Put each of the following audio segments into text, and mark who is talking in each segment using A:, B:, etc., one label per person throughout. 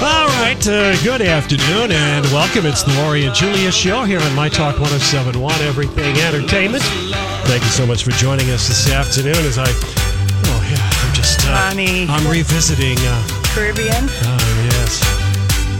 A: All right, uh, good afternoon and welcome. It's the Laurie and Julia show here on My Talk 1071 Everything Entertainment. Thank you so much for joining us this afternoon as I, oh yeah, I'm just, uh,
B: Funny.
A: I'm revisiting, uh,
B: Caribbean.
A: oh yes,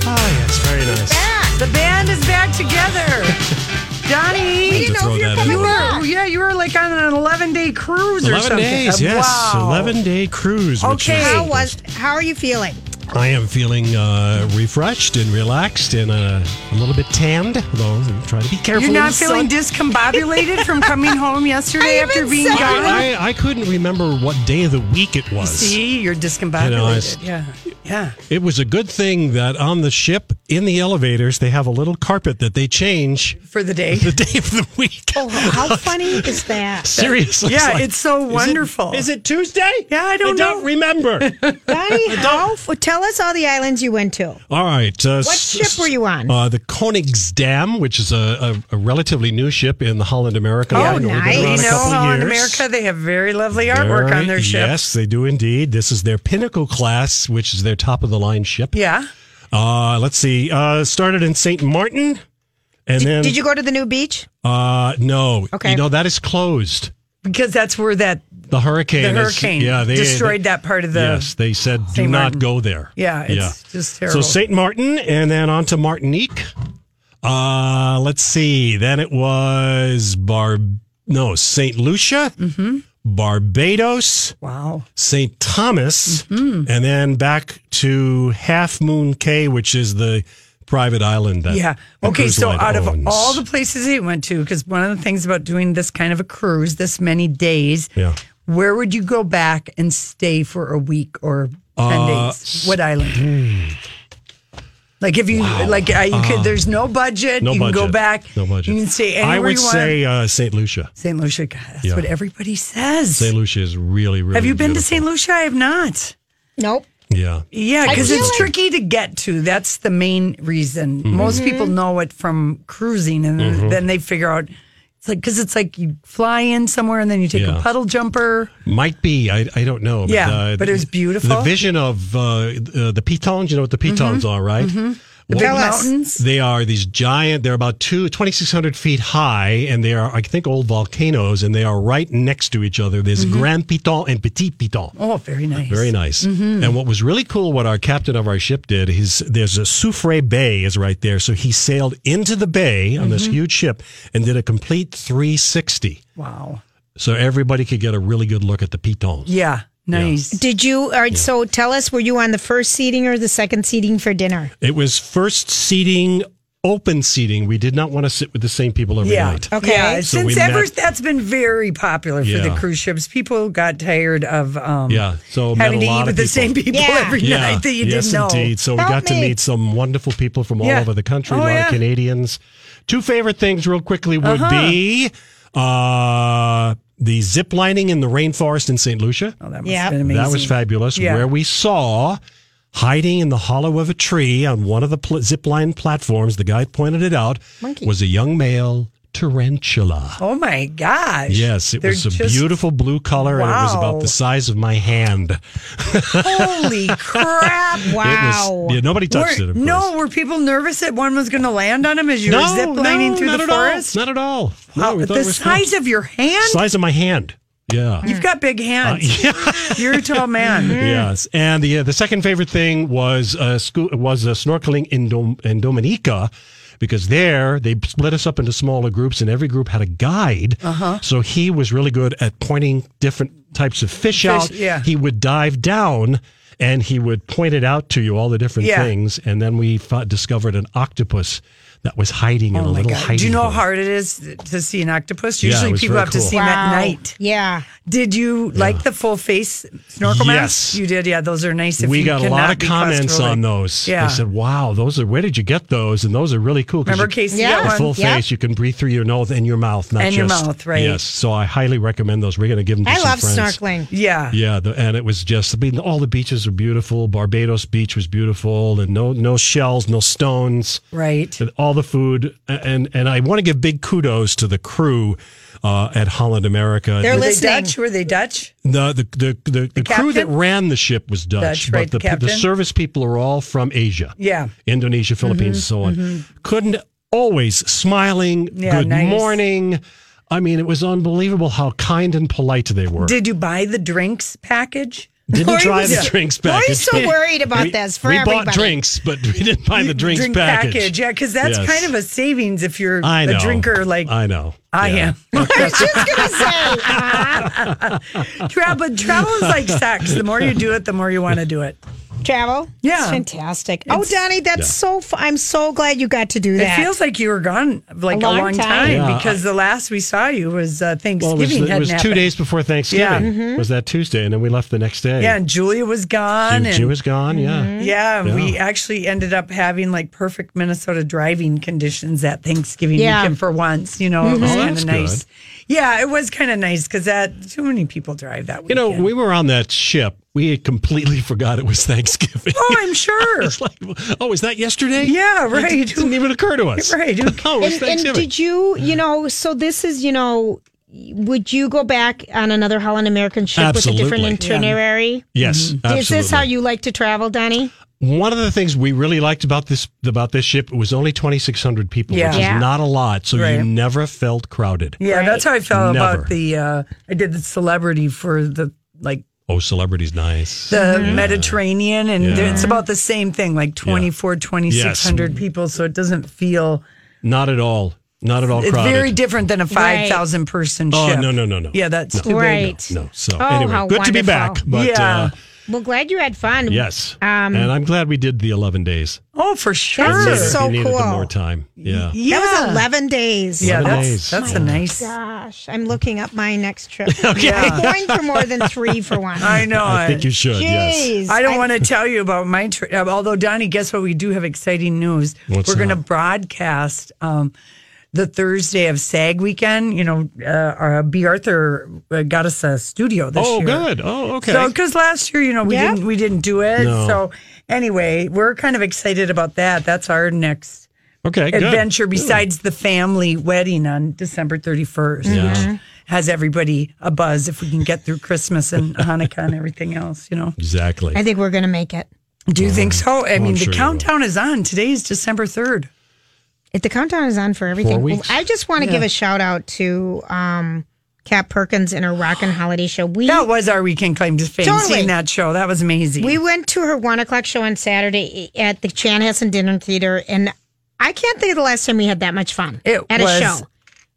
A: oh yes, very nice.
B: The band is back together. Donnie,
A: didn't To know if throw you were that coming in.
B: were, yeah, you were like on an 11 day cruise or
A: 11
B: something.
A: days, yes,
B: Wow.
A: 11 day cruise. Which
B: Okay.
A: is-
C: How was? How are you feeling?
A: I am feeling uh, refreshed and relaxed and uh, a little bit tanned, although I'm trying to be careful.
B: You're
A: in
B: not
A: the
B: feeling
A: sun.
B: discombobulated from coming home yesterday
C: I
B: after
C: even
B: being
C: said
B: gone?
A: I, I, I couldn't remember what day of the week it was.
B: See, you're discombobulated.
A: You know, I s-
B: yeah, yeah.
A: It was a good thing that on the ship, in the elevators, they have a little carpet that they change
B: For the day.
A: the day of the week.
C: Oh, how funny is that?
A: Seriously.
B: Yeah,
A: like,
B: it's so
A: is it-
B: wonderful.
A: Is it Tuesday?
B: Yeah, I don't know.
A: don't remember.
C: Donnie, how? Tell us all the islands you went to.
A: All right. Uh, what
C: ship were you on?
A: Uh, the Koenigsdam, which is a, a, a relatively new ship in the Holland America.
C: Oh,
A: line that we've
C: nice.
A: been on a
B: We know
A: couple of
B: how in
A: years.
B: America they have very lovely artwork
A: Very-
B: on their ship.
A: Yes, they do indeed. This is their pinnacle class, which is their top of the line ship.
B: Yeah.
A: Uh, let's see. Uh, started in St. Martin. And then,
C: Did you go to the new beach?
A: Uh, no.
C: Okay.
A: You know that is closed.
B: Because that's where that
A: The hurricane.
B: the
A: is-
B: hurricane
A: yeah, they
B: destroyed that part of the.
A: yes, they said do
B: Saint
A: not
B: Martin.
A: go there.
B: Yeah, it's just terrible.
A: So Saint Martin, and then on to Martinique. Uh, let's see. Then it was Bar. No, Saint Lucia.
B: Mm-hmm.
A: Barbados,
B: Wow.
A: St. Thomas,
B: Mm-hmm.
A: and then back to Half Moon Cay, which is the private island that
B: Yeah.
A: the
B: Okay.
A: cruise
B: So
A: line
B: out of
A: owns.
B: all the places he went to, because one of the things about doing this kind of a cruise, this many days,
A: Yeah.
B: where would you go back and stay for a week or ten
A: Uh,
B: days? What
A: hmm.
B: island? Like if you like, uh, you could. There's no budget.
A: no
B: you
A: budget.
B: can go back.
A: No budget.
B: You can stay anywhere
A: I would
B: you want.
A: say uh, St. Lucia.
B: St. Lucia. God, that's
A: Yeah.
B: what everybody says.
A: St. Lucia is really, really.
B: Have you been to
A: beautiful.
B: St. Lucia? I have not.
C: Nope.
A: Yeah.
B: Yeah,
C: I
B: because
C: feel
B: it's
C: like-
B: tricky to get to. That's the main reason.
A: Mm-hmm.
B: Most people
C: Mm-hmm.
B: know it from cruising, and then they figure out it's like because it's like you fly in somewhere and then you take
A: Yeah.
B: a puddle jumper.
A: Might be. I, I don't know.
B: Yeah, but it was beautiful. Mm-hmm.
A: The vision of uh, uh, the pitons, you know what the pitons are, right?
B: The big
C: Tell us.
B: mountains.
A: They are these giant, they're about two, 2,600 feet high, and they are, I think, old volcanoes, and they are right next to each other. There's Grand Piton and Petit Piton.
B: Mm-hmm. Oh, very nice. Mm-hmm.
A: Very nice. And what was really cool, what our captain of our ship did, is there's a Soufre Bay is right there. So he sailed into the bay on this
B: Mm-hmm.
A: huge ship and did a complete 360.
B: Wow.
A: So everybody could get a really good look at the pitons.
B: Yeah, nice.
C: Did you? All right. So tell us, were you on the first seating or the second seating for dinner?
A: It was first seating, open seating. We did not want to sit with the same people every
B: Yeah. Oh.
A: night.
C: Okay.
B: Yeah,
A: So we
B: since ever
A: met-
B: that's been very popular for
A: Yeah.
B: the cruise ships. People got tired of um,
A: Yeah. So met
B: having
A: a
B: to
A: lot
B: eat
A: of
B: with the same
A: people.
B: people
C: Yeah.
B: every night that you
A: yes,
B: didn't know.
A: indeed. So we
C: Help
A: got to
C: me.
A: meet some wonderful people from all
B: Yeah.
A: over the country, a
B: Oh,
A: lot of
B: yeah. Uh-huh.
A: Canadians. Two favorite things, real quickly, would be uh, the zip lining in the rainforest in St. Lucia.
B: Oh, that must
C: Yeah.
B: have been amazing.
A: that was fabulous.
B: Yeah.
A: Where we saw hiding in the hollow of a tree on one of the pl- zip line platforms, the guy pointed it out, was a young male tarantula.
B: Oh my gosh.
A: Yes, it
B: They're
A: was a
B: just-
A: beautiful blue color, and it was about
B: Wow.
A: the size of my hand.
B: Holy crap.
C: Wow.
A: It was, yeah, nobody touched
B: Were-
A: it. Of course.
B: no, were people nervous that one was going to land on them as you were zip lining through
A: not
B: the
A: at all.
B: forest?
A: Not at all. No,
B: Wow,
A: we thought
B: the
A: it was cool.
B: size of your hand?
A: size of my hand. Yeah.
B: You've got
A: Uh,
B: big hands. You're a tall man.
A: Yes, and the the second favorite thing was uh, sco- was uh, snorkeling in Dom- in Dominica. Because there they split us up into smaller groups, and every group had a guide. Uh-huh. So he was really good at pointing different types of fish, out.
B: yeah.
A: He would dive down and he would point it out to you all the different
B: Yeah.
A: things. And then we fo- discovered an octopus that was hiding in a little hiding.
B: Oh Do you know how
A: hole.
B: hard it is to see an octopus?
A: Yeah, it
B: Usually
A: was
B: people
A: very
B: have to
A: cool.
B: see them at night.
C: Yeah.
B: Did you like the full face snorkel
A: Yes.
B: mask? You did, yeah. Those are nice. If
A: we
B: you
A: got a lot
B: cannot
A: of
B: be
A: comments
B: claustrophobic.
A: on those.
B: Yeah.
A: They said, "Wow, those are where did you get those?" And those are really cool. 'cause
B: Remember
A: you-
B: Casey
C: Yeah.
B: got
A: the
B: one?
A: full
C: Yeah.
A: face. You can breathe through your nose and your mouth, not
B: And your
A: just
B: mouth, right.
A: Yes, so I highly recommend those. We're going to give them. To
C: I
A: some
C: love
A: friends.
C: snorkeling.
B: Yeah.
A: Yeah, the, and it was just. I mean, all the beaches are beautiful. Barbados Beach was beautiful, and no no shells, no stones.
B: Right.
A: And all the food, A- and and I want to give big kudos to the crew uh, at Holland America.
C: They're
B: Were they
C: listening.
B: Dutch? Were they Dutch?
A: No, the the the, the, crew that
B: captain?
A: ran the ship was Dutch,
B: Dutch,
A: but
B: right,
A: the,
B: the
A: the
B: captain?
A: service people are all from Asia.
B: Yeah. Mm-hmm,
A: Indonesia, Philippines, and so on. Couldn't always smiling.
B: Yeah,
A: good
B: nice.
A: morning. I mean, it was unbelievable how kind and polite they were.
B: Did you buy the drinks package?
A: Didn't
C: Lori
A: try
C: was-
A: the drinks
C: Lori's
A: package.
C: so worried about
A: we,
C: this for
A: we bought
C: everybody.
A: drinks, but we didn't buy the drinks
B: Drink
A: package.
B: Yeah, because that's
A: Yes.
B: kind of a savings if you're
A: I know.
B: a drinker like
A: I know.
B: I
A: Yeah.
B: am.
C: I was just gonna say. uh-huh.
B: travel travel is like sex. The more you do it, the more you want to do it.
C: Travel.
B: Yeah.
C: It's fantastic. oh, Donnie, that's so. Fu- I'm so glad you got to do
B: It
C: that.
B: feels like you were gone like a long, time,
A: Yeah,
B: because the last we saw you was uh,
A: Well, it was,
B: Thanksgiving.
A: it was
B: hadn't
A: two
B: happened. Mm-hmm.
A: days before Thanksgiving. Was that Tuesday, and then we left the next day.
B: Yeah, and Julia was gone.
A: she,
B: and Mm-hmm.
A: she was gone. Yeah.
B: Yeah, and we
A: Yeah.
B: actually ended up having like perfect Minnesota driving conditions at Thanksgiving
C: Yeah.
B: weekend for once. You know, it was
A: Oh,
B: kind
A: that's
B: of nice. Yeah, it was kind of nice because that too many people drive that
A: You
B: weekend.
A: know, we were on that ship. We had completely forgot it was Thanksgiving.
B: oh, I'm sure.
A: It's like, oh, is that yesterday?
B: Yeah,
A: It
B: right.
A: didn't even occur to us.
B: Right.
A: Oh, it's
C: and, and
A: Thanksgiving.
C: did you, you know, so this is, you know, would you go back on another Holland American ship with a different
A: Absolutely.
C: itinerary?
A: yes, absolutely.
C: Mm-hmm. Is this how you like to travel, Donnie?
A: One of the things we really liked about this about this ship it was only 2,600 people,
B: Yeah.
A: which is
C: Yeah.
A: not a lot, so you
B: Right.
A: never felt crowded.
B: yeah, that's how I felt
A: Never.
B: about the. Uh, I did the celebrity for the like
A: Oh, celebrities, nice.
B: the
C: Mm-hmm.
B: Mediterranean, and
A: Yeah. Mm-hmm.
B: it's about the same thing, like 24, 2,600 people. So it doesn't feel.
A: not at all. Not at all
B: It's
A: crowded.
B: very different than a five thousand person
A: Oh,
B: ship.
A: no, no, no, no.
B: Yeah, that's too big.
C: Right.
A: no. So
C: Oh,
A: anyway,
C: how
A: good to be back.
C: wonderful. Um,
A: But
B: Yeah.
A: uh,
C: Well, glad you had fun.
A: yes, and I'm glad we did the 11 days.
B: Oh, for sure.
C: That's
A: We
C: just
A: needed-
C: so
A: we needed the
C: cool.
A: more time. Yeah.
C: That was 11 days.
B: Yeah,
A: Eleven days.
B: that's, that's a nice.
C: Gosh, I'm looking up my next trip. I'm going for more than three for one.
B: I know.
A: I think you should. Yes.
C: Jeez.
B: I don't
C: I-
B: want to tell you about my trip. Although, Donnie, guess what? We do have exciting news.
A: What's
B: We're going to
A: that?
B: broadcast um, the Thursday of SAG weekend. You know, uh, our B. Arthur uh, got us a studio this
A: Oh,
B: year.
A: good. Oh, okay.
B: So, because last year, you know, we
C: Yeah.
B: didn't we didn't do it.
A: No.
B: So, anyway, we're kind of excited about that. That's our next
A: okay. Good.
B: adventure besides the family wedding on December 31st.
A: Yeah.
B: which Has everybody a buzz if we can get through Christmas and Hanukkah and everything else, you know?
A: Exactly.
C: I think we're going to make it.
B: Do you think so? I mean,
A: Mm. Oh, sure you
B: the
A: will.
B: countdown is on. Today is December 3rd.
C: If the countdown is on for everything,
A: Four weeks.
C: I just want to give a shout out to um, Kat Perkins and her Rockin' Holiday Show. We
B: That was our weekend claim to fame.
C: Totally.
B: Seeing that show, that was amazing.
C: We went to her one o'clock show on Saturday at the Chanhassen Dinner Theater, and I can't think of the last time we had that much fun
B: It
C: at
B: was
C: a show.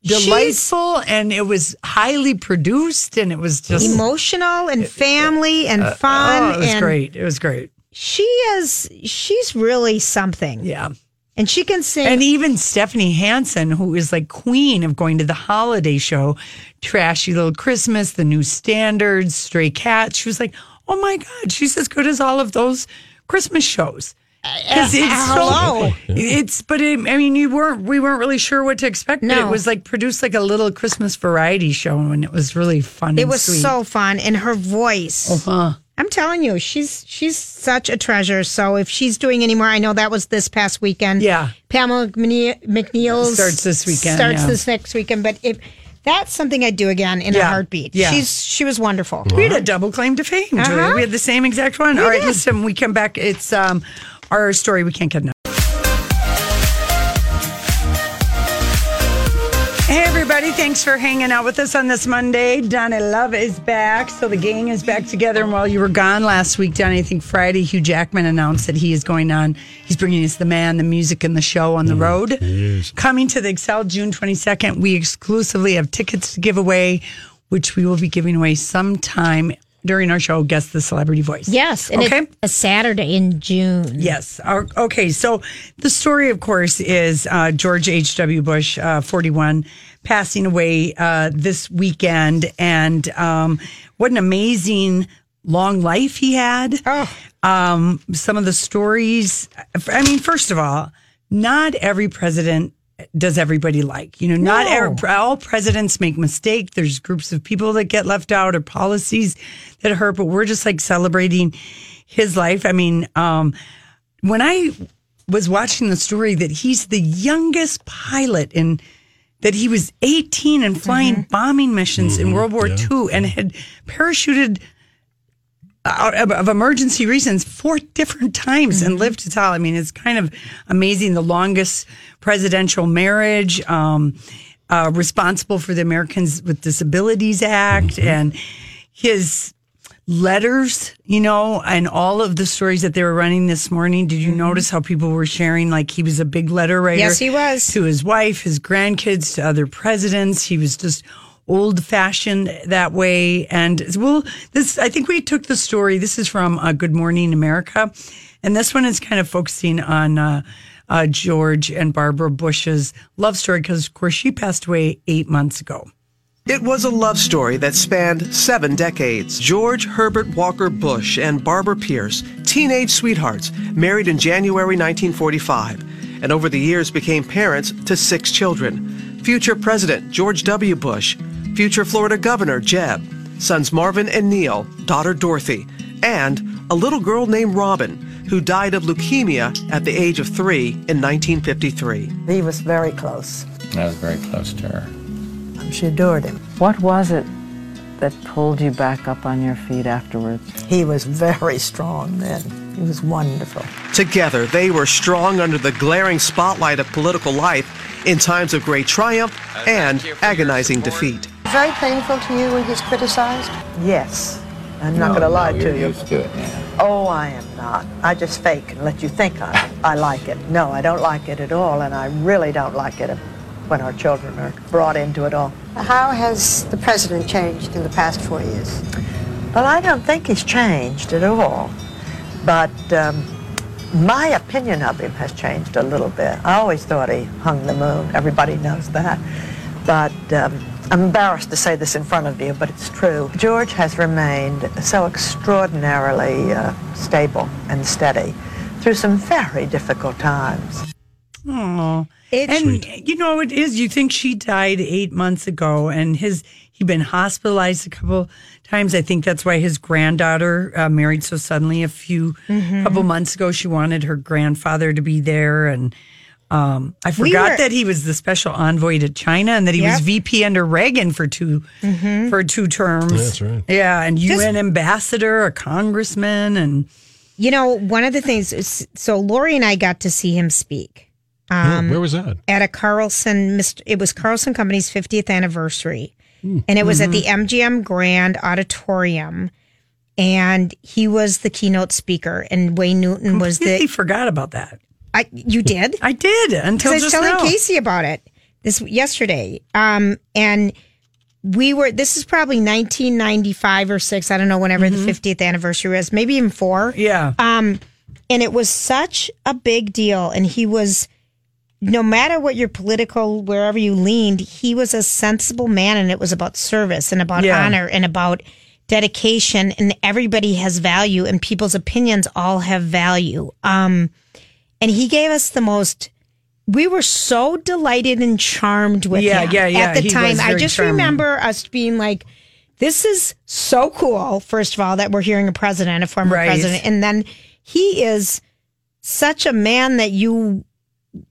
B: Delightful, and it was highly produced, and it was just
C: Emotional and family and
A: uh,
C: fun.
B: oh, it was
C: and
B: great. It was great.
C: She is she's really something,
B: Yeah.
C: and she can sing.
B: And even Stephanie Hansen, who is like queen of going to the holiday show, Trashy Little Christmas, The New Standards, Stray Cat, she was like, oh my God, she's as good as all of those Christmas shows. 'Cause it's so-
C: Uh, hello.
B: it's but it, I mean you weren't we weren't really sure what to expect. But
C: No.
B: it was like produced like a little Christmas variety show, and it was really fun.
C: it
B: and
C: was
B: sweet.
C: so fun, and her voice.
B: Uh,
C: I'm telling you, she's she's such a treasure. So if she's doing any more, I know that was this past weekend.
B: Yeah.
C: Pamela McNe- McNeil
B: Starts this weekend,
C: Starts
B: yeah.
C: this next weekend, but if that's something I do again in a
B: Yeah,
C: heartbeat.
B: yeah.
C: She's she was wonderful.
B: We had a double claim to fame, Julia.
C: Uh-huh.
B: We had the same exact one. All right, listen, we come back. It's um our story. We can't get enough. Hey, everybody. everybody. Thanks for hanging out with us on this Monday. Donnie Love is back. So the gang is back together. And while you were gone last week, Donnie, I think Friday, Hugh Jackman announced that he is going on. He's bringing us the man, the music, and the show on the road. Coming to the Excel June 22nd. We exclusively have tickets to give away, which we will be giving away sometime during our show, Guess the Celebrity Voice.
C: Yes. And
B: Okay.
C: It's a Saturday in June.
B: Yes. Our- Okay. So the story, of course, is uh, George H.W. Bush, uh, 41, passing away uh, this weekend. And um, what an amazing long life he had.
D: Oh,
B: Um, some of the stories. I mean, first of all, not every president does everybody like. You know, not every, all presidents make mistakes. There's groups of people that get left out or policies that hurt, but we're just like celebrating his life. I mean, um, when I was watching the story that he's the youngest pilot in that he was 18 and flying bombing missions in World War II and had parachuted out of, of emergency reasons four different times and lived to tell. I mean, it's kind of amazing. The longest presidential marriage, um, uh, responsible for the Americans with Disabilities Act, and his letters, you know, and all of the stories that they were running this morning. Did you notice how people were sharing? Like he was a big letter writer.
C: Mm-hmm. Yes, he was.
B: To his wife, his grandkids, to other presidents. He was just old fashioned that way. And well, this, I think we took the story. This is from uh, Good Morning America. And this one is kind of focusing on, uh, uh, George and Barbara Bush's love story because, of course, she passed away eight months ago.
E: It was a love story that spanned seven decades. George Herbert Walker Bush and Barbara Pierce, teenage sweethearts, married in January 1945, and over the years became parents to six children. Future President George W. Bush, future Florida Governor Jeb, sons Marvin and Neil, daughter Dorothy, and a little girl named Robin, who died of leukemia at the age of three in 1953.
F: He was very close.
G: I was very close to her.
F: She adored him.
H: What was it that pulled you back up on your feet afterwards?
F: He was very strong then. He was wonderful.
E: Together, they were strong under the glaring spotlight of political life in times of great triumph and agonizing defeat.
D: Very painful to you when he's criticized?
F: Yes. I'm not going to lie
G: you're
F: to you.
G: used to it now.
F: Oh, I am not. I just fake and let you think I, I like it. No, I don't like it at all, and I really don't like it when our children are brought into it all.
D: How has the president changed in the past four years?
F: Well, I don't think he's changed at all. But um, my opinion of him has changed a little bit. I always thought he hung the moon. Everybody knows that. But um, I'm embarrassed to say this in front of you, but it's true. George has remained so extraordinarily uh, stable and steady through some very difficult times.
B: Oh, and you know it is. You think she died eight months ago, and his he'd been hospitalized a couple times. I think that's why his granddaughter uh, married so suddenly. A few
C: Mm-hmm.
B: couple months ago, she wanted her grandfather to be there, and um, I forgot
C: were-
B: that he was the special envoy to China and that he was
C: Yep. Mm-hmm.
B: VP under Reagan for 2 for two terms.
A: That's right.
B: Yeah, and UN ambassador, a congressman, and
C: You know, one of the things is so Lori and I got to see him speak.
A: Oh,
B: um,
A: Where was that?
C: at a Carlson. Mr. It was Carlson Company's 50th anniversary, and it was at the MGM Grand Auditorium, and he was the keynote speaker, and Wayne Newton was
B: completely
C: the.
B: forgot about that.
C: I you did
B: I did until
C: because I was
B: just
C: telling
B: now.
C: Casey about it this yesterday, um, and we were. This is probably 1995 or six. I don't know. Whenever the 50th anniversary was, maybe even four
B: yeah.
C: and it was such a big deal and he was no matter what your political wherever you leaned he was a sensible man and it was about service and about
B: Yeah.
C: honor and about dedication and everybody has value and people's opinions all have value um and he gave us the most we were so delighted and charmed with
B: Yeah,
C: him
B: yeah, yeah.
C: at the
B: He was
C: time i
B: very
C: just
B: charming.
C: remember us being like this is so cool first of all that we're hearing a president a former
B: Right.
C: president and then he is such a man that you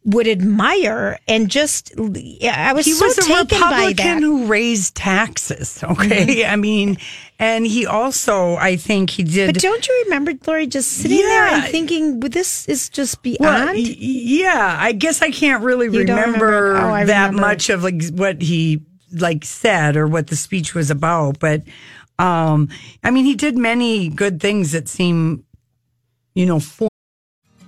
C: would admire and just I was
B: he
C: so
B: was a
C: taken by
B: Republican
C: that. Mm-hmm.
B: who raised taxes. Okay, I mean, and he also, I think, he did.
C: But don't you remember Lori just sitting there
B: Yeah.
C: and thinking, well, this is just beyond?
B: well, uh, y- yeah, I guess I can't really
C: You don't
B: remember,
C: remember it. Oh, I
B: that
C: remember.
B: much of like what he like said or what the speech was about, but um, I mean, he did many good things that seem, you know, for.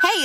I: Hey,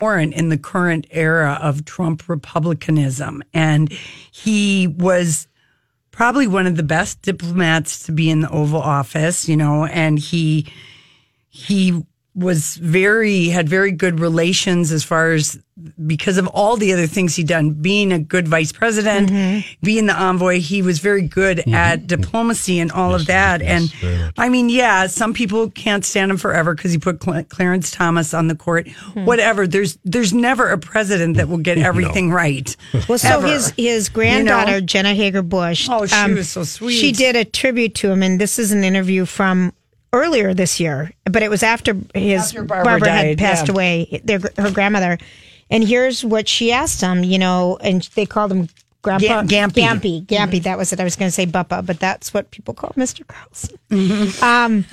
B: Warren in the current era of Trump Republicanism. And he was probably one of the best diplomats to be in the Oval Office, you know, and he he was very had very good relations as far as because of all the other things he'd done, being a good vice president,
C: Mm-hmm.
B: being the envoy, he was very good at diplomacy and all of that.
A: very
B: and
A: much.
B: I mean, yeah, some people can't stand him forever because he put Cl- Clarence Thomas on the court.
C: Hmm.
B: Whatever. There's there's never a president that will get everything right.
C: Well, so
B: Ever.
C: his his granddaughter
B: You know?
C: Jenna Hager Bush. um,
B: Oh, she was so sweet.
C: She did a tribute to him, and this is an interview from earlier this year, but it was after his
B: After Barbara
C: Barbara, had
B: died,
C: passed
B: yeah.
C: away, their, her grandmother. And here's what she asked him, you know, and they called him
B: Ga-
C: Grandpa
B: Gampy. Mm-hmm.
C: Gampy, Gampy, That was it. I was going to say Buppa, but that's what people call Mr. Carlson. Um,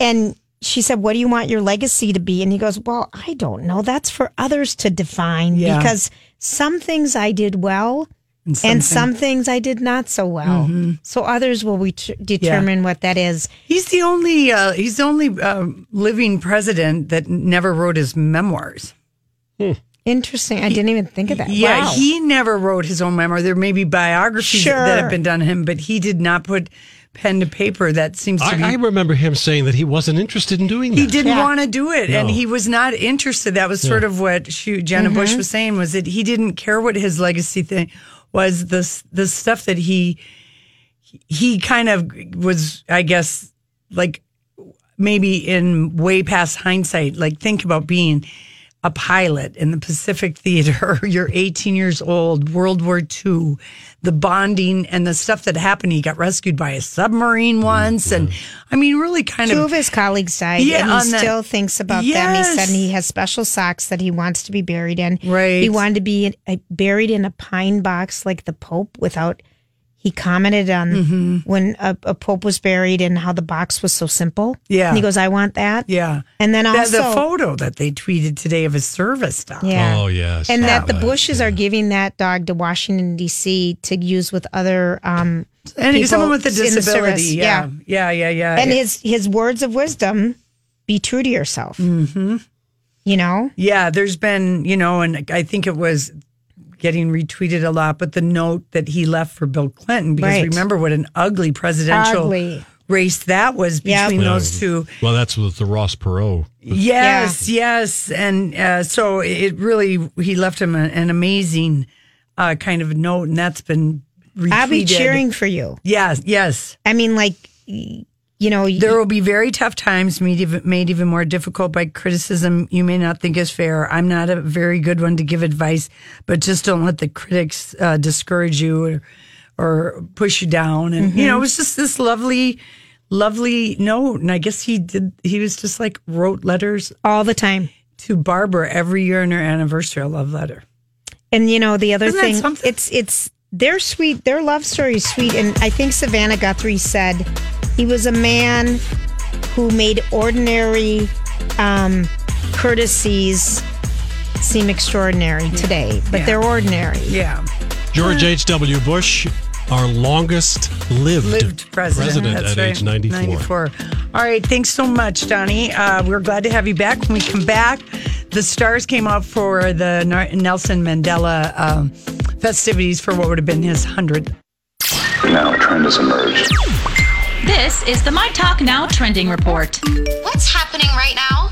C: and she said, "What do you want your legacy to be?" And he goes, "Well, I don't know. That's for others to define
B: Yeah.
C: because some things I did well."
B: And
C: and
B: some Mm-hmm.
C: some things I did not so well. So others will we determine what that is.
B: He's the only uh, he's the only um living president that never wrote his memoirs.
C: Interesting. I didn't even think of that.
B: Yeah,
C: Wow.
B: he never wrote his own memoir. There may be biographies
C: Sure.
B: that have been done on him, but he did not put pen to paper. That seems to be.
A: I, I remember him saying that he wasn't interested in doing that.
B: he didn't want to do it, and
A: No.
B: he was not interested. That was sort of what shoot Jenna
C: Mm-hmm.
B: Bush was saying was that he didn't care what his legacy thing was. This the stuff that he he kind of was, I guess, like maybe in way past hindsight, like think about being a pilot in the Pacific Theater. You're 18 years old, World War II, the bonding and the stuff that happened. He got rescued by a submarine once. And I mean, really kind
C: Two
B: of.
C: of his colleagues died,
B: Yeah,
C: and he
B: on that-
C: still thinks about them. He said
B: Yes.
C: he has special socks that he wants to be buried in.
B: Right.
C: He wanted to be in, uh, buried in a pine box like the Pope without. He commented on
B: Mm-hmm.
C: when a, a Pope was buried and how the box was so simple.
B: Yeah.
C: And he goes, I want that.
B: yeah.
C: And then
B: The-
C: also.
B: the photo that they tweeted today of his service dog.
C: Uh, Yeah.
A: Oh, yes.
C: And
A: Yeah.
C: that the Bushes are giving that dog to Washington D.C. to use with other um
B: And
C: people
B: someone with a
C: in the service.
B: disability. yeah. yeah. Yeah. Yeah.
C: And his his words of wisdom: be true to yourself. Mm-hmm. You know,
B: Yeah, there's been, you know, and I think it was getting retweeted a lot, but the note that he left for Bill Clinton, because
C: Right.
B: remember what an ugly presidential
C: Ugly.
B: race that was
C: Yep.
B: between
A: Yeah.
B: those two.
A: Well, that's with the Ross Perot.
B: Yes, yes. And uh, so it really, he left him an, an amazing uh, kind of note, and that's been retweeted.
C: I'll be cheering for you.
B: Yes, yes.
C: I mean, like, y- you know, y-
B: There will be very tough times made even, made even more difficult by criticism you may not think is fair. I'm not a very good one to give advice, but just don't let the critics uh, discourage you or, or push you down. And, you know, it was just this lovely, lovely note. And I guess he did, he was just like wrote letters
C: all the time.
B: to Barbara every year on her anniversary, a love letter.
C: And you know, the other
B: Isn't that
C: thing,
B: something?
C: it's it's their sweet, their love story is sweet. And I think Savannah Guthrie said he was a man who made ordinary um, courtesies seem extraordinary today, but
B: Yeah.
C: they're ordinary.
B: Yeah.
A: George H.W. Bush, our longest lived,
B: Lived president.
A: at
B: That's right.
A: age 94.
B: 94. All right. Thanks so much, Donnie. Uh, we're glad to have you back. When we come back, the stars came out for the Nar- Nelson Mandela um, festivities for what would have been his 100th.
J: Now a trend has emerged. This is the My Talk Now trending report.
K: What's happening right now?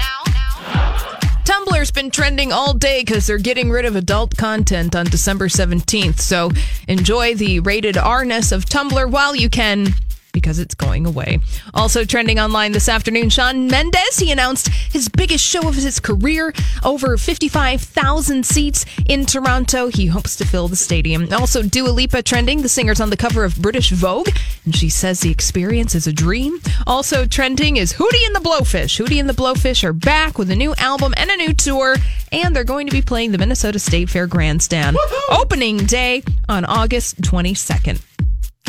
L: Tumblr's been trending all day because they're getting rid of adult content on December 17th. So enjoy the rated R ness of Tumblr while you can. Because it's going away. Also trending online this afternoon, Sean Mendez. He announced his biggest show of his career, over 55,000 seats in Toronto. He hopes to fill the stadium. Also, Dua Lipa trending. The singer's on the cover of British Vogue, and she says the experience is a dream. Also trending is Hootie and the Blowfish. Hootie and the Blowfish are back with a new album and a new tour, and they're going to be playing the Minnesota State Fair Grandstand opening day on August 22nd.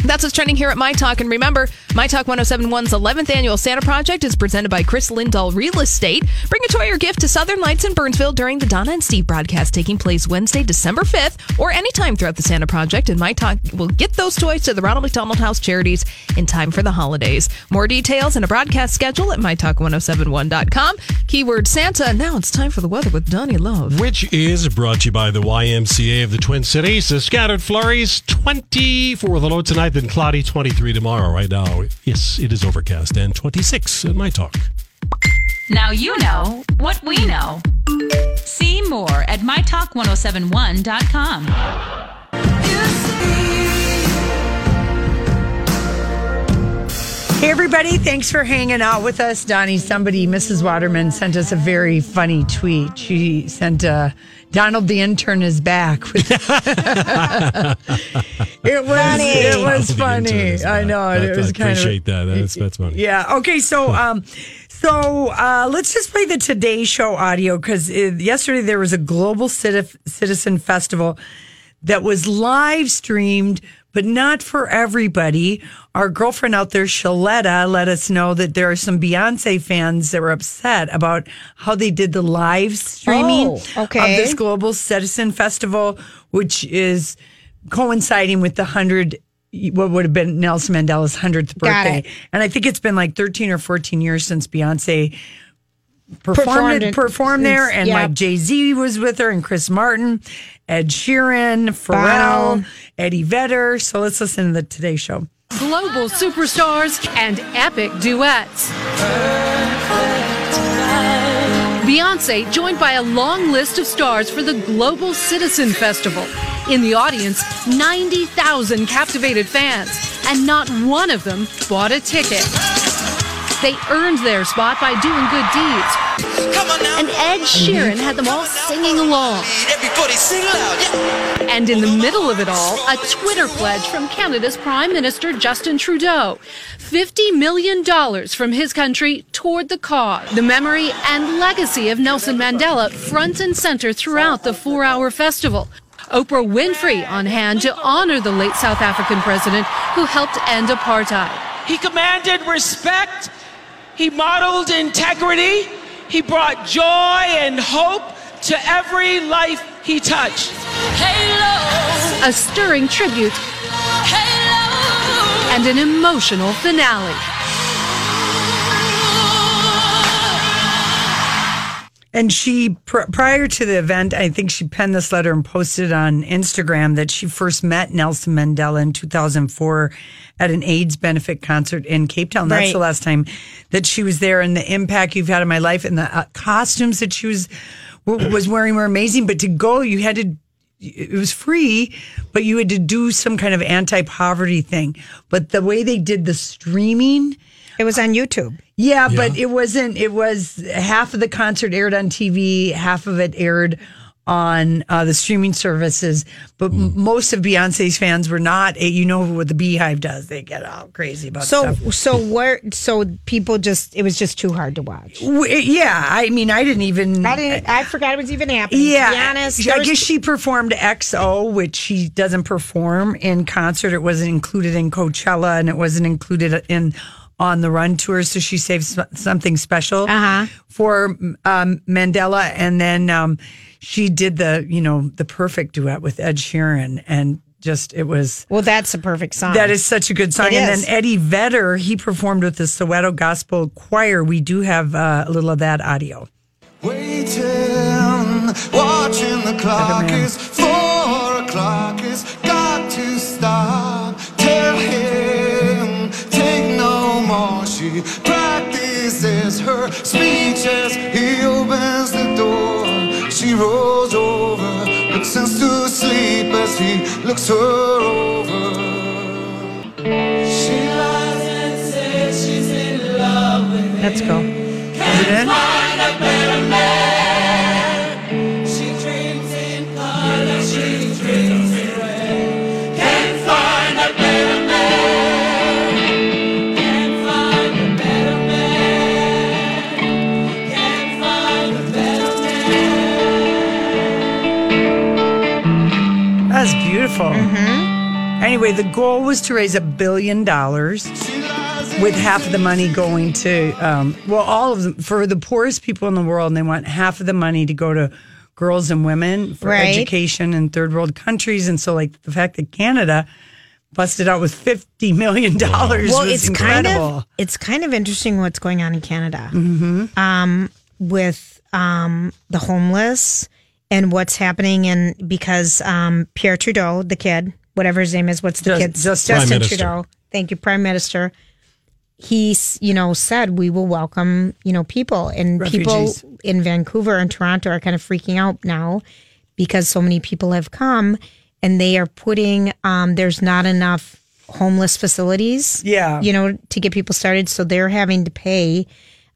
L: That's what's trending here at My Talk. And remember, My Talk 1071's 11th annual Santa Project is presented by Chris Lindahl Real Estate. Bring a toy or gift to Southern Lights in Burnsville during the Donna and Steve broadcast taking place Wednesday, December 5th, or anytime throughout the Santa Project. And My Talk will get those toys to the Ronald McDonald House charities in time for the holidays. More details and a broadcast schedule at MyTalk1071.com. Keyword Santa. Now it's time for the weather with Donnie Love.
A: Which is brought to you by the YMCA of the Twin Cities. The scattered flurries, 20 for the low tonight, then cloudy, 23 tomorrow. Right now, yes, it is overcast and 26 at my talk.
J: Now you know what we know. See more at mytalk1071.com.
B: Hey, everybody. Thanks for hanging out with us. Donnie, somebody, Mrs. Waterman, sent us a very funny tweet. She sent, uh, Donald the intern is back. it was,
A: Funny.
B: it
A: Donald
B: was
A: the intern
B: funny.
A: is
B: I
A: back.
B: know.
A: That-
B: it was
A: I
B: kind
A: appreciate
B: of,
A: that. That's- that's funny.
B: Yeah. Okay. So, um, so uh, let's just play the Today Show audio because yesterday there was a global citi- citizen festival that was live streamed, but not for everybody. Our girlfriend out there, Shaletta, let us know that there are some Beyonce fans that were upset about how they did the live streaming
C: Oh, okay.
B: of this global citizen festival, which is coinciding with the hundred. What would have been Nelson Mandela's hundredth
C: Got
B: birthday?
C: it.
B: And I think it's been like thirteen or fourteen years since Beyonce performed
C: Performed
B: performed,
C: it.
B: there, and
C: Yep.
B: like Jay Z was with her, and Chris Martin, Ed Sheeran, Pharrell,
M: Wow.
B: Eddie Vedder. So let's listen to the Today Show.
M: global superstars, and epic duets. Beyonce joined by a long list of stars for the Global Citizen Festival. In the audience, 90,000 captivated fans, and not one of them bought a ticket. They earned their spot by doing good deeds. And Ed Sheeran had them all singing along.
N: Everybody sing loud.
M: And in the middle of it all, a Twitter pledge from Canada's Prime Minister Justin Trudeau. $50 million from his country toward the cause, the memory and legacy of Nelson Mandela front and center throughout the four hour festival. Oprah Winfrey on hand to honor the late South African president who helped end apartheid.
O: He commanded respect. He modeled integrity. He brought joy and hope to every life he touched.
M: a stirring tribute, and an emotional finale.
B: And she, pr- prior to the event, I think she penned this letter and posted it on Instagram that she first met Nelson Mandela in 2004 at an AIDS benefit concert in Cape Town. That's
C: Right.
B: the last time that she was there, and the impact you've had on my life and the uh, costumes that she was w- was wearing were amazing. But to go, you had to. It was free, but you had to do some kind of anti-poverty thing. But the way they did the streaming,
C: It was on YouTube.
B: yeah, but it wasn't. It was half of the concert aired on TV, half of it aired on uh, the streaming services. But m- most of Beyonce's fans were not. eh, You know what the Beehive does? They get all crazy about
C: So
B: stuff.
C: so where so people just it was just too hard to watch.
B: W- eh, yeah, I mean, I didn't even.
C: I didn't. I forgot it was even happening.
B: yeah,
C: to be honest,
B: I
C: there was-
B: guess she performed XO, which she doesn't perform in concert. It wasn't included in Coachella, and it wasn't included in on the Run tour. So she saved s- something special
C: Uh-huh.
B: for um, Mandela, and then um, she did the you know the perfect duet with Ed Sheeran, and just it was.
C: Well, that's a perfect song.
B: That is such a good song.
C: It
B: and
C: is.
B: then Eddie Vedder, he performed with the Soweto Gospel Choir. We do have uh, a little of that audio.
N: Waiting, watching the clock is four o'clock. It's got to stop. Tell him, take no She practices her speech as he opens the door. She rolls over, pretends to sleep as he looks her over. She lies and says she's in love with him.
B: Let's go.
N: Is it in?
B: That's beautiful.
C: Mm-hmm.
B: Anyway, the goal was to raise a billion dollars, with half of the money going to, um, well, all of them for the poorest people in the world. And they want half of the money to go to girls and women for
C: Right.
B: education in third world countries. And so, like, the fact that Canada busted out with $50 million
C: well,
B: was
C: it's
B: incredible. Mm-hmm.
C: kind of it's kind of interesting what's going on in Canada um, with um, the homeless and what's happening in because um, Pierre Trudeau, the kid, whatever his name is, what's the
B: Just-
C: kid's
B: Justin. Prime Minister.
C: Trudeau. Thank you, Prime Minister. He, s- you know, said we will welcome, you know, people and
B: Refugees.
C: people in Vancouver and Toronto are kind of freaking out now because so many people have come and they are putting um there's not enough homeless facilities
B: Yeah.
C: you know to get people started so they're having to pay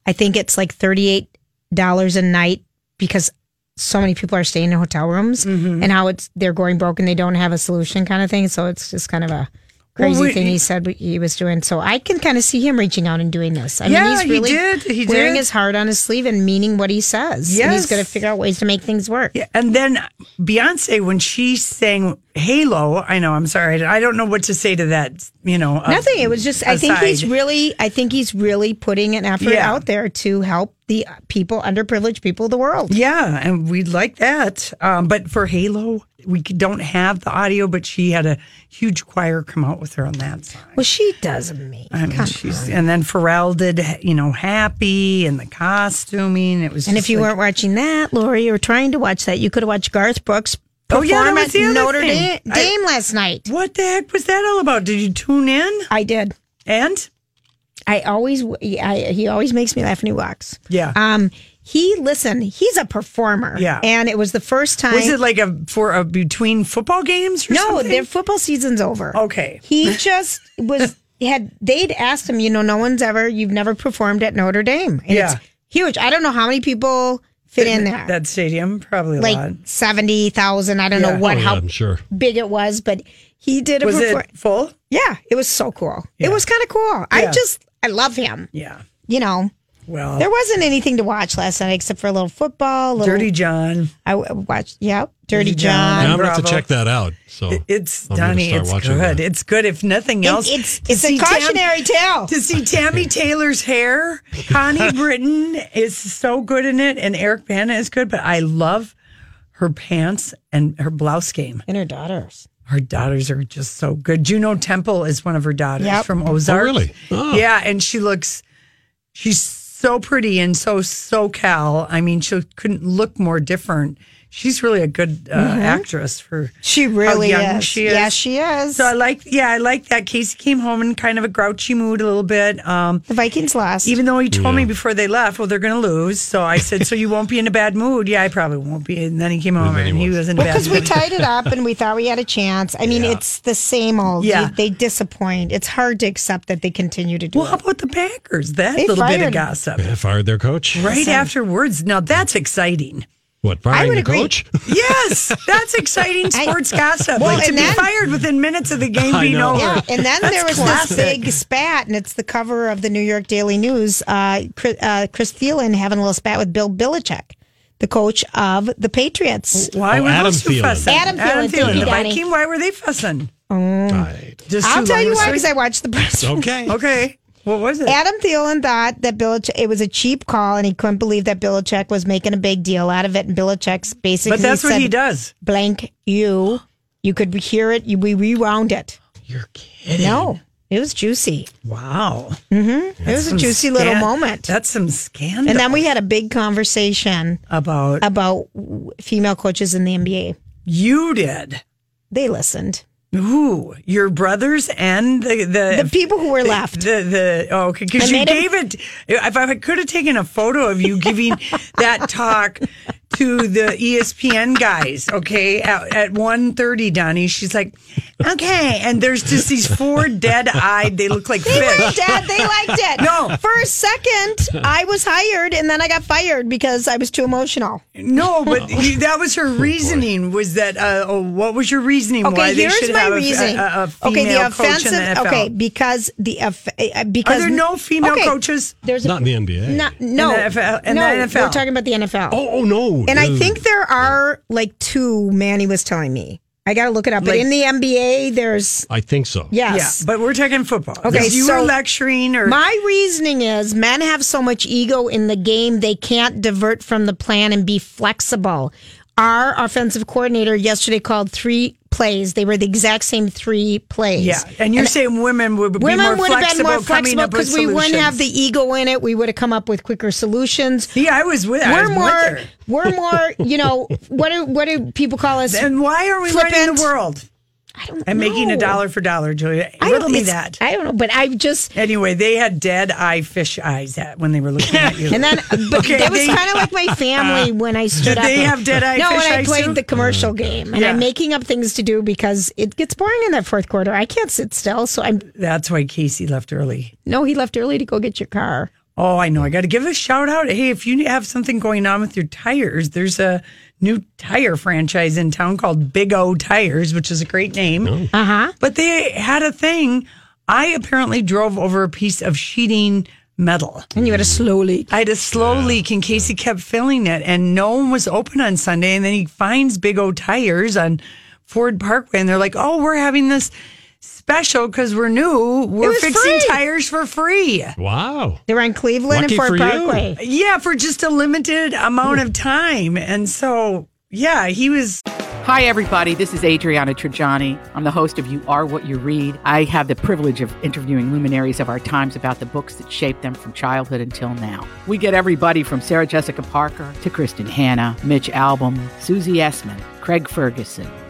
C: i think it's like $38 a night because so many people are staying in hotel rooms
B: Mm-hmm.
C: and how it's they're going broke and they don't have a solution kind of thing so it's just kind of a crazy
B: we-
C: thing he said he was doing so i can kind of see him reaching out and doing this i
B: Yeah,
C: mean he's
B: he
C: really
B: did. He
C: wearing
B: did.
C: his heart on his sleeve and meaning what he says and he's
B: Yes.
C: going to figure out ways to make things work
B: Yeah, and then Beyonce when she sang Halo, I know. I'm sorry, I don't know what to say to that. You know, uh,
C: Nothing. It was just. I think he's
B: aside.
C: really. I think he's really putting an effort
B: Yeah.
C: out there to help the people, underprivileged people of the world.
B: Yeah, and we'd like that. Um, but for Halo, we c- don't have the audio, but she had a huge choir come out with her on that song.
C: Well, she does amazing.
B: I mean, she's and then Pharrell did, you know, Happy and the costuming. It was
C: And
B: just
C: if you
B: like-
C: weren't watching that, Lori, or trying to watch that, you could have watched Garth Brooks
B: Oh,
C: perform
B: yeah, that was
C: at
B: the other
C: Notre
B: thing.
C: Da-
B: I-
C: Dame last night.
B: what the heck was that all about? Did you tune in?
C: I did.
B: And
C: I always. I, he always makes me laugh when he walks.
B: yeah,
C: Um. He listen. He's a performer.
B: Yeah.
C: And it was the first time.
B: was it like a for a between football games or
C: No,
B: something?
C: their football season's over.
B: Okay.
C: He just was had they'd asked him, you know, no one's ever you've never performed at Notre Dame. And
B: Yeah.
C: it's huge. I don't know how many people fit in there.
B: that stadium probably a lot.
C: like seventy thousand. I don't
B: Yeah.
C: know what
A: Oh, yeah,
C: how
A: I'm sure.
C: big it was, but he did a
B: Was
C: perfor-
B: it full?
C: Yeah, it was so cool.
B: Yeah.
C: It was kind of cool. I
B: Yeah.
C: just I love him.
B: Yeah.
C: You know,
B: Well,
C: there wasn't anything to watch last night except for a little football. A little,
B: Dirty John.
C: I w- watched. Yeah,
B: Dirty
C: Dirty,
B: John.
C: John.
B: Yeah,
A: I'm going to have to
B: Bravo.
A: check that out. So
B: It's
A: Oh, I'm gonna
B: Donnie.
A: start
B: It's good.
A: watching that.
B: It's good. If nothing
C: It-
B: else,
C: it's
B: to
C: it's a
B: see Tam-
C: cautionary tale.
B: to see Tammy Taylor's hair, Connie Britton is so good in it, and Eric Bana is good. But I love her pants and her blouse game.
C: And her daughters.
B: Her daughters are just so good. Juno Temple is one of her daughters
C: Yep.
B: from Ozark.
A: really? Oh.
B: Yeah, and she looks, she's so pretty and so SoCal. I mean, she couldn't look more different. She's really a good uh, actress for
C: Mm-hmm. She really
B: how young
C: is.
B: she is.
C: Yeah, she is.
B: So I like, yeah, I like that. Casey came home in kind of a grouchy mood a little bit. Um,
C: the Vikings lost.
B: even though he told me before they left, well, they're going to lose. So I said, so you won't be in a bad mood. Yeah, I probably won't be. And then he came home
A: then
B: and,
A: he
B: he
A: was.
B: was in a
C: well,
B: bad
C: because we
B: mood.
C: tied it up and we thought we had a chance. I mean, it's the same old.
B: Yeah.
C: They, they disappoint. It's hard to accept that they continue to do
B: well, how
C: it.
B: about the Packers? That
C: They
B: little bit of
C: fired-
B: gossip.
A: They fired their coach.
B: Right afterwards. Now that's exciting.
A: What,
C: I
A: firing
C: would
A: the
C: agree.
A: coach?
B: Yes, that's exciting sports gossip.
C: Well,
B: like to
C: and
B: be
C: then-
B: fired within minutes of the game
A: I
B: being
A: know.
B: over.
C: Yeah, and then
B: That's
C: there was
B: classic.
C: this big spat, and it's the cover of the New York Daily News. Uh, Chris, uh, Chris Thielen having a little spat with Bill Bilichek, the coach of the Patriots.
B: Why
A: Oh,
B: were
A: Adam
B: those two
A: Thielen.
B: fussing?
C: Adam Thielen, thank
B: Thielen,
C: you,
B: the
C: Daddy.
B: Viking. Why were they fussing?
A: Right.
B: Just
C: I'll
B: too
C: tell
B: long
C: you
B: a
C: why,
B: story?
C: because I watched the press.
A: Okay.
B: Mm. Okay, what was it?
C: Adam Thielen thought that Bilic it was a cheap call, and he couldn't believe that Belichick was making a big deal out of it. And Belichick's basically
B: but that's what
C: said,
B: he does.
C: Blank you. You could hear it. You, we rewound it.
B: You're kidding.
C: No, it was juicy.
B: Wow.
C: It was a juicy little
B: Scan-
C: moment.
B: That's some scandal.
C: And then we had a big conversation
B: about
C: about w- female coaches in the NBA.
B: you did.
C: They listened.
B: Who? Your brothers and the the,
C: The people who were left.
B: The the oh, okay, because
C: I
B: you
C: made 'em-
B: gave it. If I could have taken a photo of you giving that talk to the E ESPN guys, okay, at, at one thirty, Donnie, she's like, okay, and there's just these four dead eyed. They look like
C: They
B: fish.
C: liked it. They liked it.
B: No.
C: For a second, I was hired and then I got fired because I was too emotional.
B: No, but you, that was her reasoning. Was that uh, oh, what was your reasoning?
C: Oh, Okay,
B: why they
C: here's
B: should
C: my
B: have a-
C: reasoning.
B: A, a, a
C: okay, the
B: female coach in
C: offensive.
B: NFL?
C: Okay, because the off- uh, because
B: Are there no female
C: okay,
B: coaches?
C: There's
A: Not in the NBA.
C: Not, no,
B: In the NFL in the
C: no,
B: NFL.
C: We're talking about the NFL.
A: Oh, oh no.
C: and I
A: Uh,
C: think there are like two. Manny was telling me. I got to look it up. but
B: Like-
C: in the NBA, there's
A: I think so.
C: yes.
B: Yeah, but we're talking football.
C: Okay,
B: If you
C: so-
B: were lecturing or
C: My reasoning is men have so much ego in the game, they can't divert from the plan and be flexible. Our offensive coordinator yesterday called three plays. They were the exact same three plays.
B: yeah, and you're saying women would be more
C: Women would have been
B: flexible
C: more
B: coming
C: flexible
B: up with
C: because we wouldn't have the
B: solutions.
C: ego in it. We would have come up with quicker solutions.
B: Yeah, I was with. I
C: We're
B: was with
C: more,
B: her.
C: we're more. You know, what do what do people call us?
B: Then why are we running
C: Flippant.
B: the world?
C: I don't.
B: And making a
C: know.
B: dollar for dollar, Julia.
C: I
B: Riddle
C: don't
B: me
C: it's-
B: that.
C: I don't know, but I just
B: Anyway, they had dead eye fish eyes at, when they were looking at you.
C: And then, but
B: Okay,
C: that was
B: they-
C: kind of like my family when I stood
B: Did
C: up.
B: they
C: and-
B: have dead-eye
C: No, when
B: fish
C: I
B: eyes
C: played
B: too?
C: the commercial game, and
B: Yeah.
C: I'm making up things to do because it gets boring in that fourth quarter. I can't sit still, so I'm.
B: That's why Casey left early.
C: No, he left early to go get your car.
B: Oh, I know. I got to give a shout out. Hey, if you have something going on with your tires, there's a new tire franchise in town called Big O Tires, which is a great name.
C: Uh huh.
B: But they had a thing. I apparently drove over a piece of sheeting metal.
C: And you had a slow leak.
B: I had a slow leak, and Casey kept filling it, and no one was open on Sunday. And then he finds Big O Tires on Ford Parkway, and they're like, "Oh, we're having this special because we're new. We're
C: was
B: fixing
C: free.
B: tires for free."
A: Wow.
C: They were on Cleveland and
A: Lucky
C: Fort
A: for you.
C: Parkway.
B: Yeah, for just a limited amount of time. And so, yeah, he was.
P: Hi, everybody. This is Adriana Trajani. I'm the host of You Are What You Read. I have the privilege of interviewing luminaries of our times about the books that shaped them from childhood until now. We get everybody from Sarah Jessica Parker to Kristen Hanna, Mitch Albom, Susie Essman, Craig Ferguson,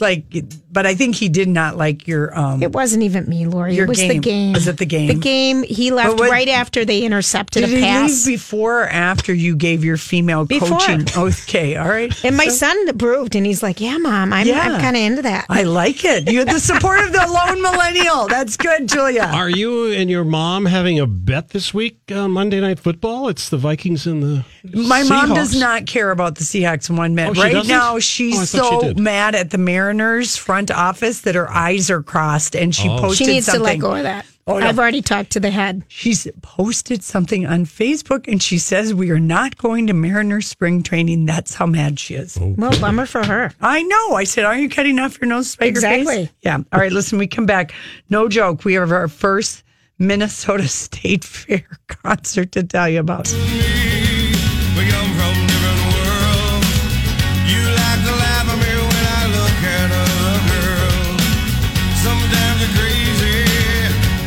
B: like, but I think he did not like your. um
C: It wasn't even me, Lori.
B: Your
C: it was the
B: game.
C: game.
B: Was it the game?
C: The game. He left
B: But what-
C: right after they intercepted
B: Did
C: a
B: he
C: pass.
B: leave before or after you gave your female
C: Before.
B: coaching? Okay, all right.
C: and my
B: So-
C: son approved, and he's like, "Yeah, mom, I'm,
B: Yeah.
C: I'm kind of into that."
B: I like it. You had the support of the lone millennial. That's good, Julia.
A: Are you and your mom having a bet this week on Monday Night Football? It's the Vikings and the
B: My mom does
A: Seahawks.
B: not care about the Seahawks one
A: Oh,
B: minute.
A: she
B: right
A: doesn't?
B: now,
A: Oh, I
B: she's
A: thought she
B: so
A: did.
B: mad at the Mariners front office that her eyes are crossed, and she
A: Oh.
B: posted
C: she needs
B: something.
C: to let go of that.
B: Oh, no.
C: I've already talked to the head.
B: She's posted something on Facebook and she says, We are not going to Mariner spring training. That's how mad she is.
C: Well, bummer for her.
B: I know. I said, Are you cutting off your nose to spite your
C: Exactly.
B: face? Yeah. All right, listen, we come back. No joke. We have our first Minnesota State Fair concert to tell you about.
N: We come from different worlds. You like to laugh at me when I look at other girls. Sometimes you're crazy,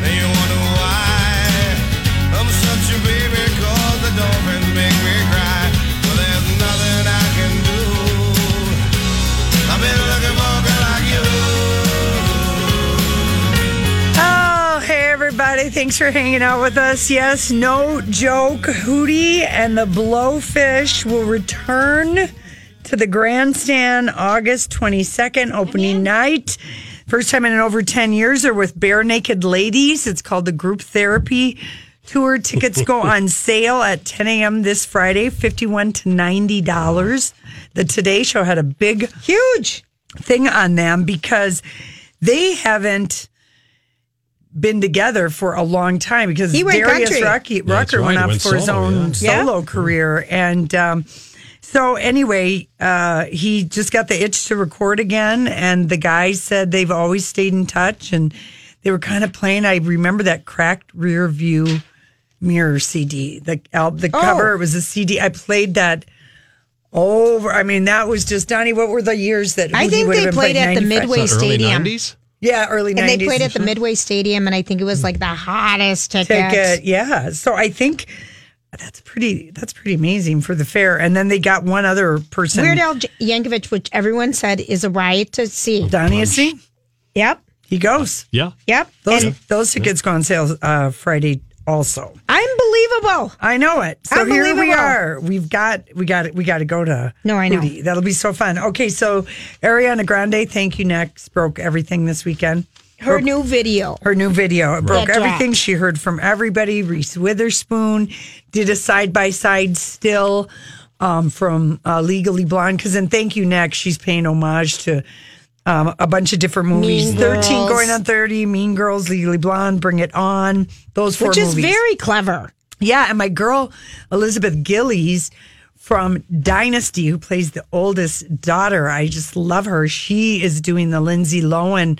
N: then you wonder why. I'm such a baby 'cause the dolphins make me cry. But there's nothing I can do. I've been looking for a girl like you.
B: Oh, hey, everybody. Thanks for hanging out with us. Yes, no joke. Hootie and the Blowfish will return to the grandstand August 22nd, opening night. First time in over 10 years, they're with Bare Naked Ladies. It's called the Group Therapy Tour. Tickets go on sale at 10 a.m. this Friday, 51 to $90. The Today Show had a big, huge thing on them because they haven't been together for a long time because
C: He went
B: Darius
C: country.
B: Rocky,
C: That's
B: Rucker
C: right,
B: went
C: he
B: off
C: went
B: for his
C: solo,
B: own
C: yeah.
B: solo career. And um, so, anyway, uh, he just got the itch to record again. And the guy said they've always stayed in touch and they were kind of playing. I remember that cracked rear view mirror CD, the, al- the
C: Oh.
B: cover. It was a CD. I played that. Over, I mean, that was just Donnie. What were the years that
C: I
B: Hootie
C: think
B: would have
C: they
B: been
C: played at the
B: 95?
C: Midway Is that early Stadium. 90s?
B: Yeah, early
C: and
B: 90s.
C: they played at the Midway Stadium, and I think it was like the hottest ticket.
B: ticket. Yeah. So I think that's pretty that's pretty amazing for the fair. And then they got one other person.
C: Weird Al J- Yankovic, which everyone said is a riot to see.
B: Donnie is see.
C: Yep.
B: He goes.
A: Yeah.
C: Yep.
B: Those
C: And-
B: those tickets go on sale uh, Friday also.
C: Unbelievable.
B: I know it. So here we
C: Unbelievable.
B: are. We've got we got we got to go to
C: No, I know.
B: Hootie. That'll be so fun. Okay, so Ariana Grande, thank you next broke everything this weekend.
C: Her
B: Broke-
C: new video.
B: Her new video. It broke
C: That
B: everything
C: dropped.
B: she heard from everybody. Reese Witherspoon did a side by side still um, from uh, Legally Blonde. Because in Thank You Next, she's paying homage to um, a bunch of different movies
C: Mean
B: 13
C: Girls.
B: Going on 30, Mean Girls, Legally Blonde, Bring It On. Those four
C: Which is
B: movies.
C: very clever.
B: Yeah, and my girl Elizabeth Gillies from Dynasty, who plays the oldest daughter, I just love her. She is doing the Lindsay Lohan,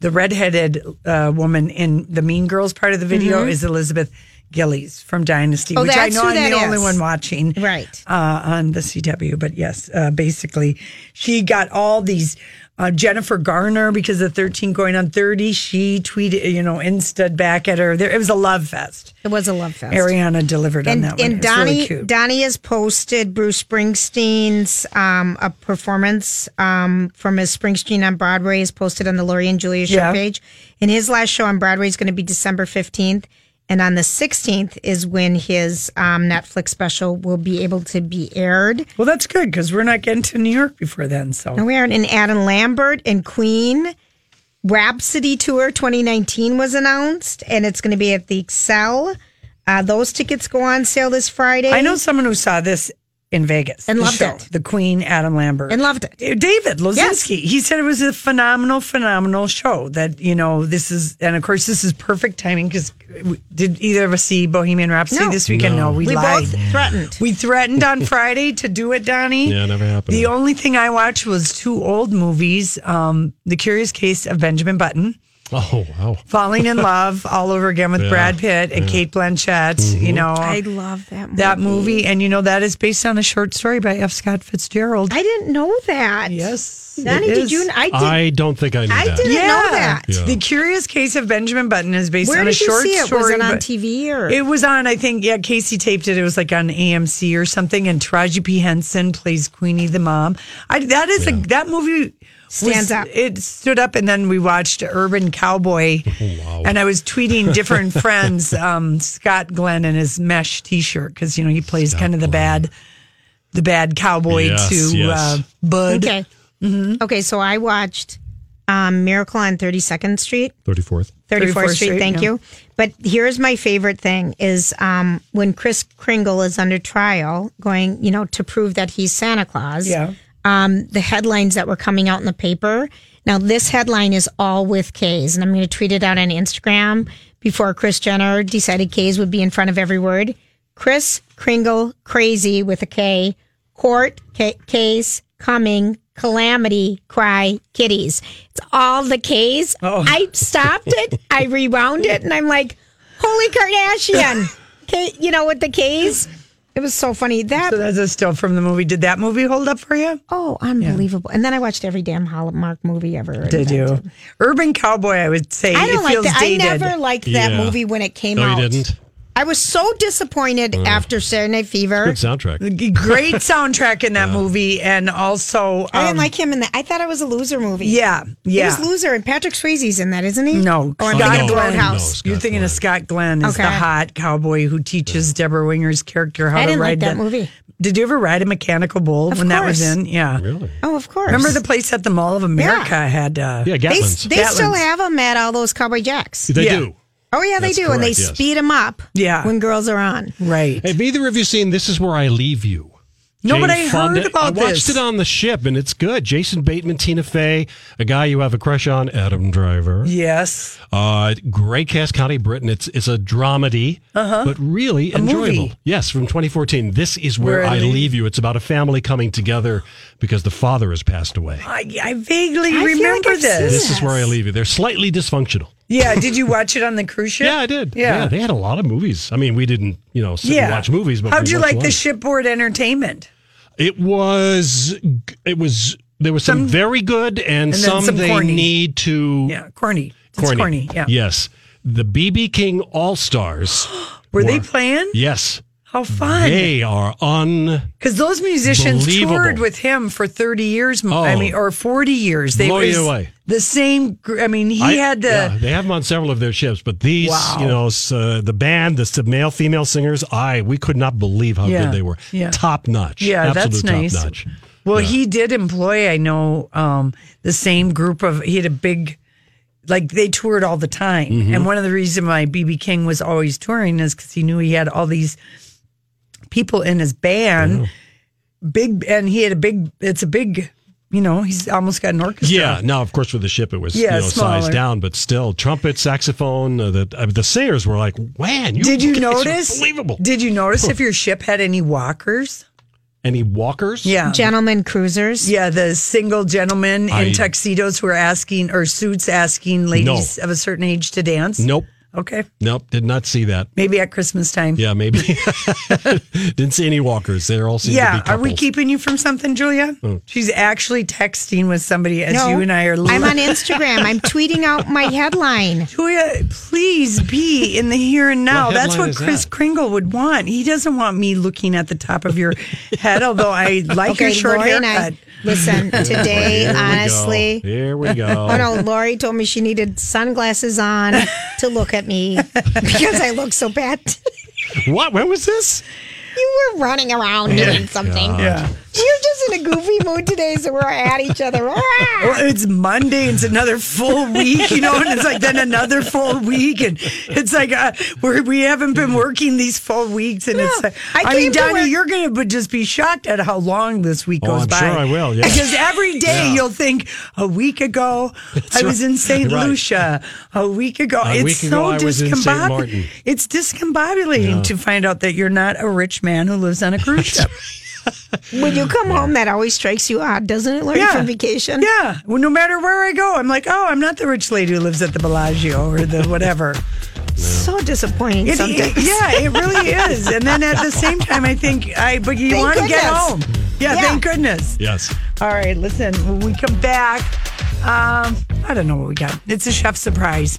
B: the redheaded uh, woman in the Mean Girls part of the video,
C: Mhm.
B: is Elizabeth Gillies from Dynasty,
C: Oh,
B: which I
C: that's
B: know
C: who
B: I'm
C: that
B: the only
C: is.
B: one watching
C: Right.
B: uh, on the CW. But yes, uh, basically, she got all these. Uh, Jennifer Garner, because of 13 going on 30, she tweeted, you know, Insta back at her. There, it was a love fest.
C: It was a love fest.
B: Ariana delivered on
C: and,
B: that one.
C: and
B: It was
C: Donnie
B: really cute.
C: Donnie has posted Bruce Springsteen's um, a performance um, from his Springsteen on Broadway is posted on the Lori and Julia show
B: Yeah.
C: page. And his last show on Broadway is going to be December fifteenth, and on the sixteenth is when his um, Netflix special will be able to be aired.
B: Well, that's good because we're not getting to New York before then. So
C: And we are in Adam Lambert and Queen. Rhapsody Tour 2019 was announced, and it's going to be at the Excel. Uh, those tickets go on sale this Friday.
B: I know someone who saw this in Vegas
C: And
B: the
C: loved
B: show,
C: it.
B: The Queen, Adam Lambert,
C: And loved it.
B: Uh, David Lozinski. He said it was a phenomenal, phenomenal show. That you know, this is, and of course, this is perfect timing because did either of us see Bohemian Rhapsody
C: No.
B: this weekend? No,
C: No.
B: we,
C: We
B: lied.
C: both threatened.
B: We threatened on Friday to do it, Donnie.
Q: Yeah, never happened.
B: The only thing I watched was two old movies: um, The Curious Case of Benjamin Button.
Q: Oh, wow.
B: Falling in Love all over again with
Q: Yeah,
B: Brad Pitt and
Q: yeah. Mm-hmm.
B: Kate Blanchett. You know,
C: I love that movie.
B: that movie, and you know that is based on a short story by F. Scott Fitzgerald.
C: I didn't know that.
B: Yes,
C: Donnie,
B: it
C: did
B: is.
C: you? I did.
Q: I don't think I knew
C: I
Q: that.
C: didn't know that.
Q: Yeah.
B: The Curious Case of Benjamin Button is based
C: Where
B: on a
C: did you
B: short
C: see it?
B: story.
C: Was it on
B: but-
C: TV or?
B: It was on, I think, yeah, Casey taped it. It was like on AMC or something, and Taraji P. Henson plays Queenie the mom. I, that is a that movie was-
C: Stands up.
B: It stood up, and then we watched Urban Cowboy.
Q: Oh,
B: And I was tweeting different friends, um, Scott Glenn and his mesh T-shirt because you know he plays kind of the bad, the bad cowboy
Q: Yes,
B: to
Q: yes.
B: Uh, Bud.
C: okay.
B: Mm-hmm.
C: Okay, so I watched um, Miracle on 32nd Street.
Q: 34th.
C: 34th,
B: 34th
C: Street,
B: Street,
C: thank
B: yeah.
C: you. But here's my favorite thing is um, when Chris Kringle is under trial going, you know, to prove that he's Santa Claus.
B: Yeah.
C: Um, the headlines that were coming out in the paper. Now this headline is all with K's and I'm going to tweet it out on Instagram before Chris Jenner decided K's would be in front of every word. Chris Kringle crazy with a K. Court ca- case coming calamity cry kitties. It's all the K's.
B: Oh.
C: I stopped it. I rewound it, and I'm like, "Holy Kardashian!" K, you know, with the K's, it was so funny. That
B: So that's a still from the movie. Did that movie hold up for you?
C: oh, unbelievable! And then I watched every damn Hallmark movie ever.
B: Did you?
C: invented.
B: Urban Cowboy, I would say.
C: I
B: it
C: don't like
B: feels
C: that.
B: dated.
C: I never liked that
Q: Yeah.
C: movie when it came
Q: no,
C: out.
Q: you didn't. Mm.
C: I was so disappointed after Saturday Night Fever.
Q: Good soundtrack.
B: G- Great soundtrack in that movie, and also
C: I
B: um,
C: didn't like him in that. I thought it was a loser movie.
B: Yeah,
C: It
B: yeah.
C: was loser, and Patrick Swayze's in that, isn't he? Oh,
B: no
C: Or
B: Scott
C: I'm thinking of
B: Glenn.
C: Roadhouse.
B: You're thinking of Scott Glenn is the
C: Okay.
B: hot cowboy who teaches Deborah Winger's character how
C: I
B: to
C: didn't
B: ride
C: like that
B: the-
C: movie.
B: Did you ever ride a mechanical bull
C: Of
B: when that was
C: course.
B: in? Yeah.
Q: Really?
C: Oh, of course.
B: Remember the place at the Mall of America had uh,
Q: Yeah,
C: They,
Q: Gatlin's.
C: they still
B: Gatlin's.
C: have them at all those Cowboy Jacks.
Q: they
B: yeah.
Q: do.
C: Oh yeah, they
Q: That's
C: do, and they
Q: correct, yes.
C: speed them up.
B: Yeah.
C: when girls are on.
B: right.
Q: Have either of you seen This Is Where I Leave You?
B: No,
A: Jane
B: but I
A: Fonda.
B: heard about
A: I watched
B: this.
A: it on the ship, and it's good. Jason Bateman, Tina Fey, a guy you have a crush on, Adam Driver.
B: Yes.
A: Uh, great cast, Connie Britton. It's it's a dramedy,
B: Uh-huh.
A: but really
B: A
A: enjoyable.
B: movie.
A: Yes, from 2014. This is where,
B: Where
A: I
B: they-
A: leave you. It's about a family coming together because the father has passed away.
B: I, I vaguely
C: I feel
B: remember
C: like I've
B: this.
A: This is where I leave you. They're slightly dysfunctional.
B: yeah. Did you watch it on the cruise ship?
A: Yeah, I did.
B: Yeah.
A: they had a lot of movies. I mean, we didn't, you know, sit and watch movies, but
B: how'd
A: we
B: you
A: watched
B: like
A: a lot
B: the
A: of-
B: shipboard entertainment?
A: It was. It was. There was some,
B: Some-
A: very good and,
B: and then
A: some,
B: some
A: they
B: corny.
A: need to.
B: Yeah, corny. It's corny, yeah.
A: Yes. The BB King All Stars.
B: Were they playing?
A: Yes.
B: How fun!
A: They are un.
B: Because those musicians
A: Believable.
B: toured with him for 30 years, m- I
A: Oh.
B: mean, or 40 years. They
A: Blow
B: was
A: you away.
B: The same, gr- I mean, he
A: I-
B: had the,
A: yeah, they have them on several of their ships, but these,
B: Wow.
A: you know, s- uh, the band, the s- male female singers, I we could not believe how
B: Yeah,
A: good they were.
B: yeah.
A: Top notch.
B: Yeah,
A: Absolute
B: that's nice.
A: Top notch.
B: well, he did employ, I know, um, the same group of, he had a big, like they toured all the time.
A: Mhm.
B: And one of the reasons why BB King was always touring is because he knew he had all these people in his band, big, and he had a big, it's a big, you know, he's almost got an orchestra.
A: Yeah. Now, of course, with the ship, it was
B: Yeah,
A: you know
B: smaller.
A: sized down, but still trumpet, saxophone. Uh, the uh, the singers were like, "Man, you
B: Did you
A: guys are
B: notice?
A: Unbelievable!"
B: Did you notice if your ship had any walkers?
A: Any walkers?
B: Yeah.
C: Gentlemen cruisers.
B: Yeah, the single gentlemen
A: I-
B: in tuxedos who are asking or suits asking ladies of a certain age to dance.
A: Nope.
B: Okay.
A: Nope. Did not see that.
B: Maybe at Christmas time.
A: Yeah, maybe. Didn't see any walkers. They're all seem
B: Yeah,
A: to be
B: are we
A: couples.
B: keeping you from something, Julia?
A: Oh.
B: She's actually texting with somebody as
C: No,
B: you and I are.
C: I'm on Instagram. I'm tweeting out my headline.
B: Julia, please be in the here and now.
C: What
B: That's
C: headline
B: what
C: is
B: Chris
C: that?
B: Kringle would want. He doesn't want me looking at the top of your head, although I like your short
C: Lori and I-
B: haircut.
C: listen, today,
B: Here we go.
C: honestly.
A: Here we go.
C: Oh no, Lori told me she needed sunglasses on to look at me because I look so bad.
A: What? When was this?
C: You were running around
A: Yeah.
C: doing something.
A: God. Yeah.
C: You're just in a goofy mood today, so we're at each other. Ah!
B: Well, it's Monday. It's another full week, you know, and it's like then another full week, and it's like uh, we're, we haven't been working these full weeks, and it's. Like,
C: I
B: I, mean,
C: came to
B: Donnie,
C: work-
B: you're gonna be- just be shocked at how long this week
A: Oh,
B: goes
A: I'm
B: by.
A: sure I will, yeah.
B: because every day
A: Yeah.
B: you'll think a week ago
A: That's
B: I was
A: right.
B: in Saint
A: Right.
B: Lucia. A week ago,
A: A
B: it's
A: week
B: so
A: ago I was in Saint
B: discombobulating.
A: Martin.
B: It's discombobulating
A: Yeah.
B: to find out that you're not a rich man who lives on a cruise ship.
C: When you come home, that always strikes you odd, doesn't it, Lori,
B: Yeah.
C: from vacation?
B: Yeah. Well, no matter where I go, I'm like, oh, I'm not the rich lady who lives at the Bellagio or the whatever.
C: So disappointing
B: It-
C: sometimes.
B: it- yeah, it really is. And then at the same time, I think I, but you
C: Thank
B: want to get
C: goodness.
B: home. Yeah,
C: Yeah.
B: thank goodness.
A: Yes.
B: All right, listen, when we come back, um, I don't know what we got. It's a chef surprise.